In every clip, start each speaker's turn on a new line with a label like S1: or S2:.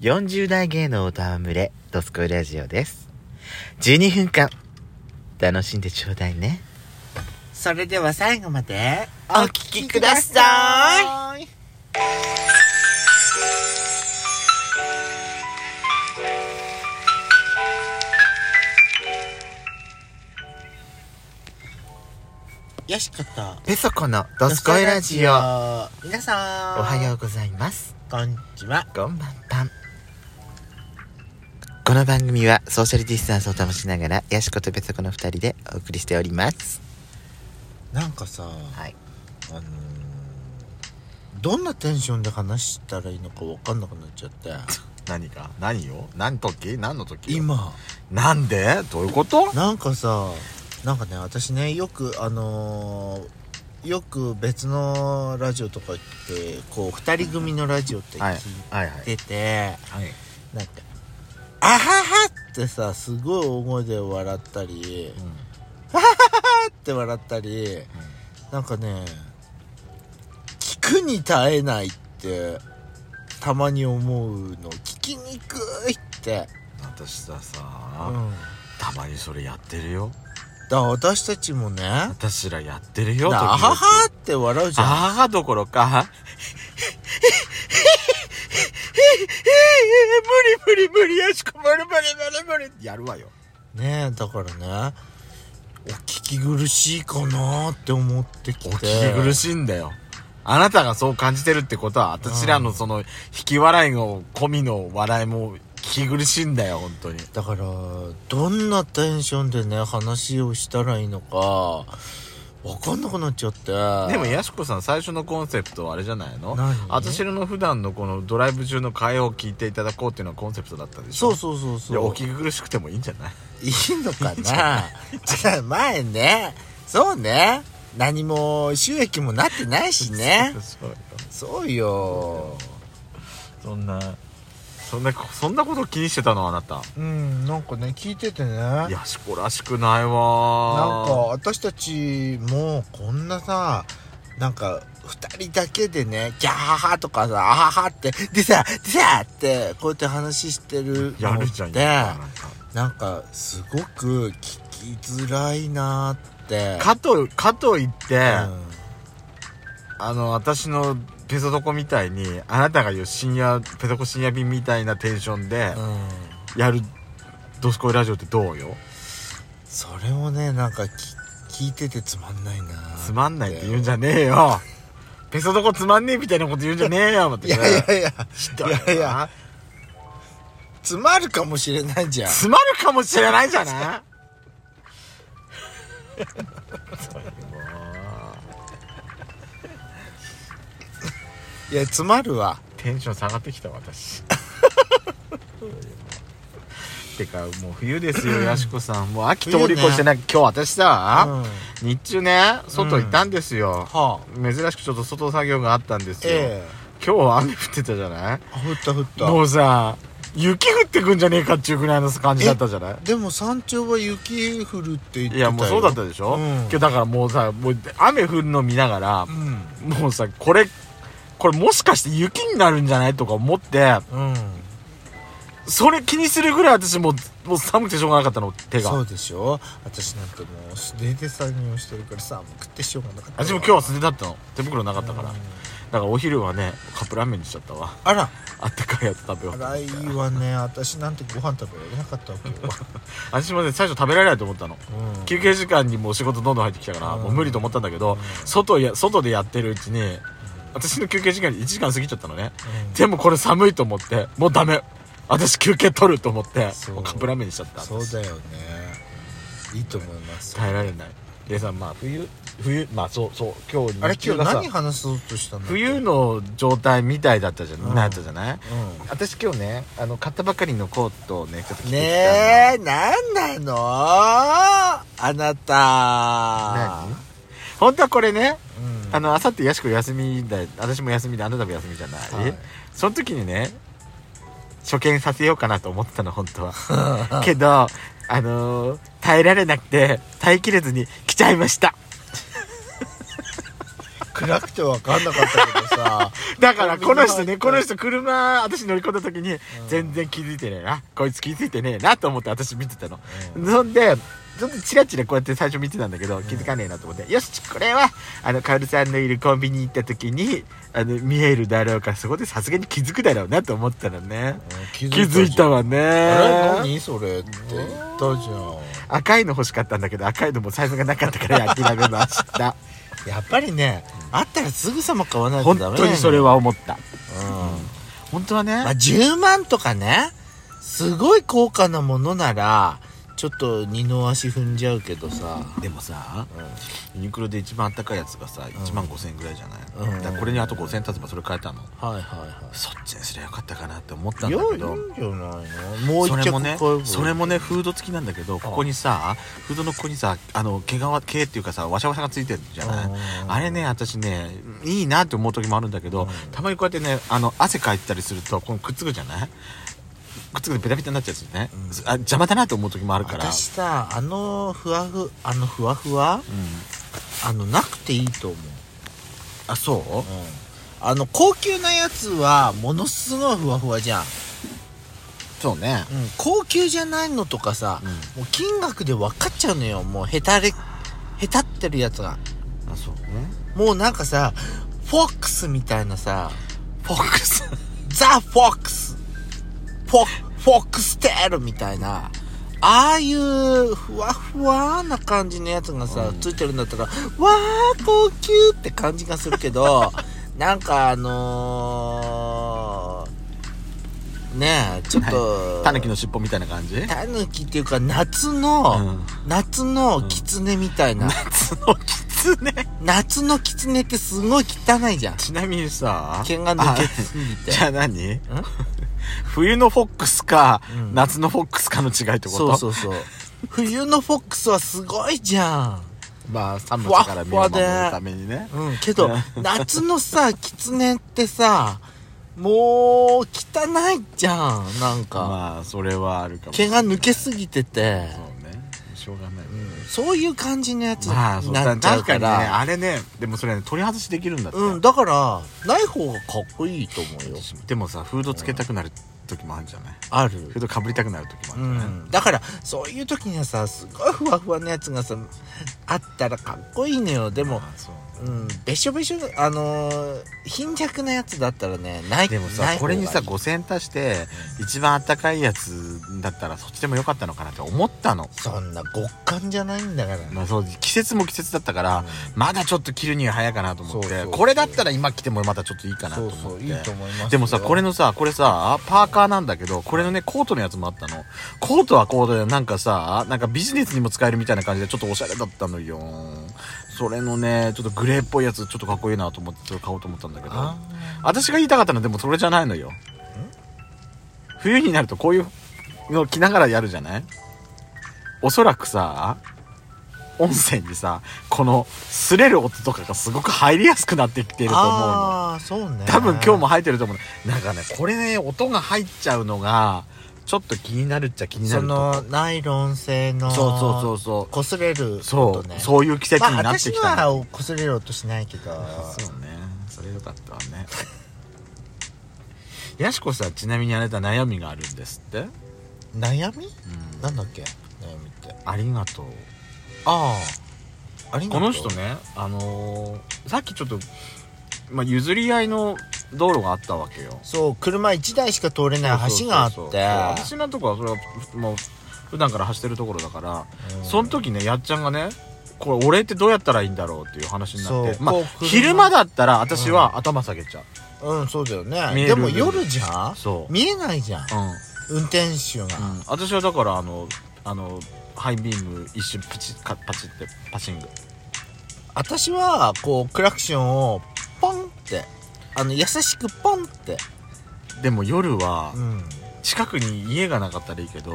S1: 40代芸能歌わむれ、ドスコイラジオです。12分間、楽しんでちょうだいね。それでは最後まで、お聞きください。
S2: よしこと、
S1: ペソコのドスコイラジオ、おは
S2: オ。皆さん、
S1: よう
S2: う。
S1: ございます。
S2: こんにちは。
S1: こんばんぱん。この番組はソーシャルディスタンスを保ちながら、ヤシコとペソコの二人でお送りしております。
S2: なんかさ、
S1: はい。
S2: あのー、どんなテンションで話したらいいのかわかんなくなっち ゃって。
S3: 何か何を何時何の時
S2: 今、
S3: なんでどういうこと
S2: なんかさ、なんかね、私ね、よく、あのー、よく別のラジオとか行って、こう、二人組のラジオって
S3: はい
S2: 聞
S3: はいはい
S2: いてて、
S3: はい
S2: なんか、あははってさ、すごい大声で笑ったり、って笑ったり、なんかね聞くに耐えないってたまに思うの聞きにくいって、
S3: 私さ
S2: う
S3: さ、
S2: ん、
S3: たまにそれやってるよ
S2: だ私たちもねだ
S3: 私らやってるよ
S2: あ
S3: 時々
S2: ははって笑うじ
S3: あ
S2: ゃん
S3: ははどころか無理無理無理やしこ無理無理無理無理やるわよ
S2: ねえだからねお聞き苦しいかなって思ってきて
S3: お聞き苦
S2: い
S3: しいんだよあなたがそう感じてるってことは私らのその引き笑いの込みの笑いも聞き苦しいんだよ本当に
S2: だからどんなテンションでね話をしたらいいのか分かんなくなっちゃって
S3: でもやしこさん最初のコンセプトはあれじゃないの
S2: 何
S3: 私らの普段のこのドライブ中の会話を聞いていただこうっていうのはコンセプトだったでしょ
S2: そうそうそうそう
S3: やお聞き苦しくてもいいんじゃない
S2: いいの かな前ねそうね何も収益もなってないしね
S3: そうよ
S2: そうよ
S3: そんなそんなそんなこと気にしてたのあなた
S2: うんなんかね聞いててねなんか
S3: やしこらしくないわ
S2: 私たちもこんなさなんか2人だけでね「ギャハハ」とかさ「あはは」って「でさでさ」ってこうやって話してる
S3: やるじゃん
S2: で
S3: やっぱなんか
S2: なんかすごく聞きづらいなって
S3: かとかといって、
S2: うん
S3: あの私のペソドコみたいにあなたが言う深夜ペソコ深夜便みたいなテンションで
S2: うん
S3: やるドスコイラジオってどうよ
S2: それをねなんかき聞いててつまんないな
S3: つまんないって言うんじゃねえよペソドコつまんねえみたいなこと言うんじゃねえよまた
S2: いやいやいや
S3: ひどい
S2: いやいやつまるかもしれないじゃん
S3: つまるかもしれないじゃない
S2: いやつまるわ
S3: テンション下がってき た私てかもう冬ですよやしこさんもう秋通り越してな今日私さ、日中ね外行ったんですよ、
S2: はあ
S3: 珍しくちょっと外作業があったんですよ、
S2: え
S3: 今日は雨降ってたじゃない
S2: え降った降っ
S3: もうさ雪降ってくんじゃねえかっちゅうぐらいの感じだったじゃない
S2: たでも山頂は雪降るって言ってたよ
S3: いやもうそうだったでしょ、
S2: うん
S3: 今日だからもうさもう雨降るの見ながら
S2: う、ん
S3: もうさこれこれもしかして雪になるんじゃないとか思って
S2: うん
S3: それ気にするぐらい私もうもう寒くてしょうがなかったの手
S2: そ
S3: が
S2: うでしょ私なんてもう素手で作業してるから寒くてしょうがなかった
S3: 私も今日は
S2: 日
S3: 素手だったの手袋なかったから、
S2: うん
S3: だからお昼はねカップラーメンにしちゃったわ
S2: あら
S3: あったかいやつ食べようと思っ
S2: 荒
S3: て
S2: いはね私なんてご飯食べられなかったわ今日は、
S3: 私もね最初食べられないと思ったの
S2: うん
S3: 休憩時間にもう仕事どんどん入ってきたから、
S2: うん
S3: もう無理と思ったんだけど、外や外でやってるうちに私の休憩時間に1時間過ぎちゃったのね、
S2: うん
S3: でもこれ寒いと思ってもうダメ私休憩取ると思って
S2: そう
S3: もうカップラーメンにしちゃった
S2: そうだよねいいと思います
S3: 耐えられないでさまあ冬冬まあそうそう今日
S2: あれ
S3: 日
S2: 今日
S3: 中がさ
S2: 何話そうとしたの
S3: 冬の状態みたいだったじゃない、
S2: うん
S3: なったじゃな
S2: う
S3: い
S2: ん
S3: 私今日ねあの買ったばかりのコートをねちょっと着てきたの
S2: ねえ何なのあなた
S3: 何本当はこれね
S2: うん
S3: あのあさってやしこ休みだ私も休みであなたも休みじゃない、
S2: はい
S3: その時にね初見させようかなと思ってたの本当はけどあのー耐えられなくて耐えきれずに来ちゃいました
S2: 苦暗くて分かんなかったけど さ
S3: だから、この人ね、この
S2: 人
S3: 人車、私乗り込んだ時に、全然気づいてねえな。こいつ気づいてねえなと思って私見てたの。そんで、ちょっとチラチラこうやって最初見てたんだけど、気づかねえなと思って、よし、これは、あの、カオルさんのいるコンビニ行った時に、あの、見えるだろうから、そこでさすがに気づくだろうなと思ったらね。
S2: 気
S3: 気づいたわね。
S2: え何それって言ったじゃ
S3: 赤いの欲しかったんだけど、赤いのもサイズがなかったから諦めま した。
S2: んやっぱりねあったらすぐさま買わないと
S3: 本
S2: ダメ
S3: 当にそれ
S2: は、
S3: は思った。
S2: うん
S3: 本当はね。
S2: まあ、10万とかねすごい高価なものならちょっと二の足踏んじゃうけどさ、
S3: でもさ、ユニクロで一番高いやつがさ1万5000円ぐらいじゃな
S2: う
S3: い、
S2: ん
S3: だからこれにあと5000円経つばそれ買えたの、
S2: はいはいは
S3: そっちにすりゃよかったかなって思ったん
S2: い
S3: だ
S2: やいい
S3: け
S2: ん
S3: ど
S2: じゃないのもう
S3: そ
S2: 一
S3: れ
S2: 着
S3: も
S2: 買
S3: ね
S2: えばいい
S3: それもねフード付きなんだけどここにさフードのここにさあの毛皮毛っていうかさワシャワシャがついてるじゃない
S2: うん
S3: あれね私ねいいなって思う時もあるんだけど、たまにこうやってねあの汗かいてたりするとこのくっつくじゃないくっつくとベタベタになっちゃうやつね、あ邪魔だなって思う時もあるから
S2: 私さあのふわふあのふわふわ
S3: うん、
S2: あのなくていいと思う、
S3: あそう
S2: あの高級なやつはものすごいふわふわじゃん、
S3: そうね
S2: うん、高級じゃないのとかさ、
S3: うん
S2: もう金額で分かっちゃうのよもうへたれへたってるやつが
S3: あそうね
S2: もうなんかさフォックスみたいなさ
S3: フォックス
S2: ザ・フォックスフォフォックステールみたいなああいうふわふわな感じのやつがさ、ついてるんだったらわー高級って感じがするけ どなんかあのー、ねえちょっと、
S3: タヌキの尻尾みたいな感じ
S2: タヌキっていうか夏の、
S3: うん
S2: 夏の狐みたいな、
S3: 夏のキツネ
S2: 夏の狐ってすごい汚いじゃん
S3: ちなみにさ
S2: 毛が抜けすぎ
S3: あ
S2: て
S3: じゃあ何 冬のフォックスか、
S2: うん
S3: 夏のフォックスかの違いってこと
S2: そうそうそう冬のフォックスはすごいじゃ
S3: まあ寒さから身を守るためにね
S2: んうんけ ど夏のさキツネってさもう汚いじゃんなんか、
S3: まあそれはあるかも
S2: 毛が抜けすぎてて、
S3: そうねしょうがない、
S2: うんそういう感じのやつに
S3: まあそう
S2: なっ
S3: だ
S2: ちゃ
S3: 確
S2: うか
S3: かにね
S2: ら
S3: あれねでもそれね取り外しできるんだって、
S2: うんだからない方がかっこいいと思うよ
S3: でもさフードつけたくなる時もあるじゃない
S2: あ
S3: フ
S2: る
S3: ードかぶりたくなる時も
S2: う
S3: あるじゃない、
S2: ん、だからそういう時にはさすごいふわふわのやつがさあったらかっこいいのよでも
S3: あそう
S2: うん、べしょべしょあのー貧弱なやつだったらねない
S3: でも
S2: ない
S3: さ
S2: 方
S3: こ
S2: が
S3: れ
S2: いい
S3: にさ5000円足して一番あったかいやつだったらそっちでもよかったのかなって思ったの、
S2: そんな極寒じゃないんだから
S3: まあ、そう季節も季節だったから、まだちょっと着るには早いかなと思って
S2: そうそうそう
S3: これだったら今着てもまたちょっといいかなと
S2: そ
S3: 思
S2: う
S3: っ
S2: そう
S3: て
S2: いいと思いますよ
S3: でもさこれのさこれさパーカーなんだけどこれのねコートのやつもあったのコートはコートでなんかさなんかビジネスにも使えるみたいな感じでちょっとおしゃれだったのよそれのねちょっとグレーっぽいやつちょっとかっこいいなと思ってちょっと買おうと思ったんだけど
S2: あ
S3: 私が言いたかったのはでもそれじゃないのよ冬になるとこういうのを着ながらやるじゃないおそらくさ温泉にさこの擦れる音とかがすごく入りやすくなってきていると思うの
S2: ああそうね
S3: 多分今日も入ってると思うなんかねこれね音が入っちゃうのがちょっと気になるっちゃ気にな
S2: そ
S3: ると
S2: のナイロン製の
S3: そうそうそうそう
S2: こすれる
S3: そ
S2: こ
S3: う、
S2: とね
S3: そういう季節
S2: まあ
S3: になって
S2: 私
S3: きたの、
S2: はこすれる音しないけど
S3: そうねそれよかったわね やしこさんちなみにあなた悩みがあるんですって、
S2: 悩みなんだっけ悩みって
S3: ありがとう
S2: ああありがと
S3: こ
S2: う
S3: の人ねあのーさっきちょっと、まあ、譲り合いの道路があったわけよ
S2: そう車1台しか通れない橋があって
S3: そうそうそう私のとこはそれはふもう普段から走ってるところだから、
S2: うん
S3: その時ねやっちゃんがねこれ俺ってどうやったらいいんだろうっていう話になっ
S2: そ
S3: て、
S2: う
S3: まあ
S2: こう、車
S3: 昼間だったら私は頭下げちゃう、
S2: うんそうだよ
S3: 見
S2: ね
S3: え
S2: で
S3: る
S2: も夜じゃん
S3: そう、
S2: 見えないじゃん
S3: うん
S2: 運転手が、
S3: うん、私はだからあのあのハイビーム一瞬プチカパチってパチング
S2: 私はこうクラクションをポンってあの優しくポンって
S3: でも夜は
S2: うんうん
S3: 近くに家がなかったらいいけど、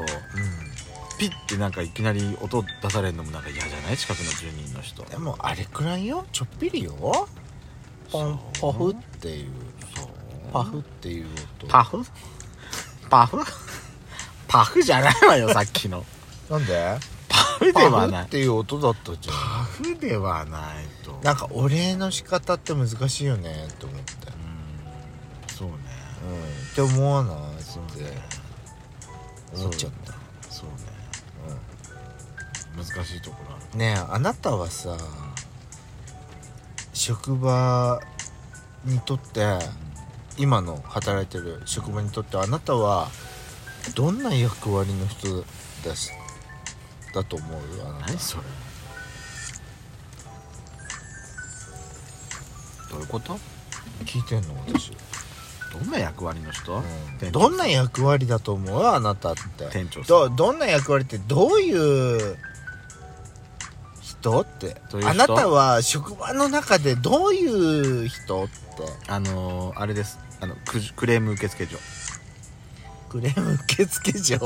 S3: ピッてなんかいきなり音出されるのもなんか嫌じゃない近くの住人の人
S2: でもあれくらいよちょっぴりよポン
S3: そ
S2: ポ
S3: う
S2: フっていうパフっていう音
S3: パフパフパフじゃないわよさっきの
S2: なんで
S3: パフでは
S2: パ
S3: な
S2: フっ
S3: い
S2: ていう音だったじゃん
S3: 負ではないと思う
S2: なんかお礼の仕方って難しいよねと思って
S3: うんそうね
S2: うんって思わないって
S3: そうね
S2: 思っちゃった
S3: そうね難しいところある
S2: うんねえあなたはさ職場にとって今の働いてる職場にとってあなたはどんな役割の人だしだと思うあなた
S3: 何それどういうこと
S2: 聞いてんの私、
S3: どんな役割の人、
S2: うん、
S3: 店長
S2: どんな役割だと思うあなたって
S3: 店長さん
S2: どどんな役割ってどういう人って
S3: どういう人
S2: あなたは職場の中でどういう人って
S3: あのー、あれですあのクジクレーム受付所、
S2: クレーム受付嬢、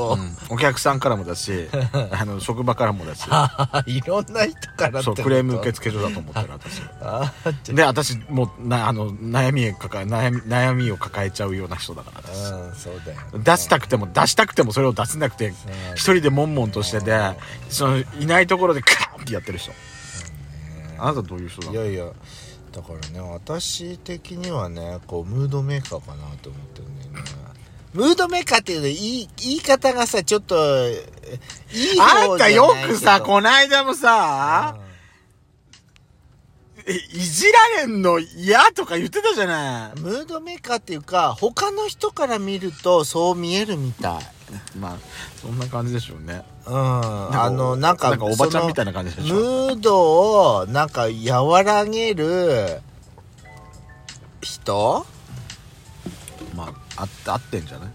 S3: お客さんからもだしあの職場からもだし
S2: あーいろんな人からって
S3: そ
S2: こ
S3: う
S2: と
S3: クレーム受付所だと思ってる私
S2: あー じゃ
S3: で私もうなあの悩みを抱え悩み悩みを抱えちゃうような人だから私
S2: うんそうだよ
S3: 出したくても出したくてもそれを出せなくて
S2: そうだよ
S3: 一人で悶々としててそのいないところでカーンってやってる人あなたどういう人だ
S2: いやいやだからね私的にはねこうムードメーカーかなと思ってるんだよねムードメーカーっていうの言い言い方がさちょっとえいい
S3: あ
S2: 方
S3: ん
S2: じゃな
S3: た
S2: いけ
S3: よ
S2: ど
S3: くさこないだもさえいじられんの嫌とか言ってたじゃな
S2: ムードメーカーっていうか他の人から見るとそう見えるみたい
S3: いまあそんな感じでしょうね
S2: うんあのなんか
S3: なんかおばちゃんみたいな感じ
S2: その
S3: でし
S2: ム
S3: ょ
S2: ードをなんか和らげる人
S3: まああ合ってんじゃない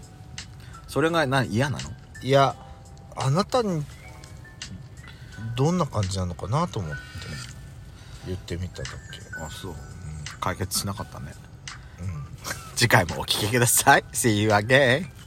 S3: それがな嫌なの
S2: いやあなたにどんな感じなのかなと思って言ってみただけ、
S3: あそう、解決しなかったね
S2: うん
S3: 次回もお聞きください See you again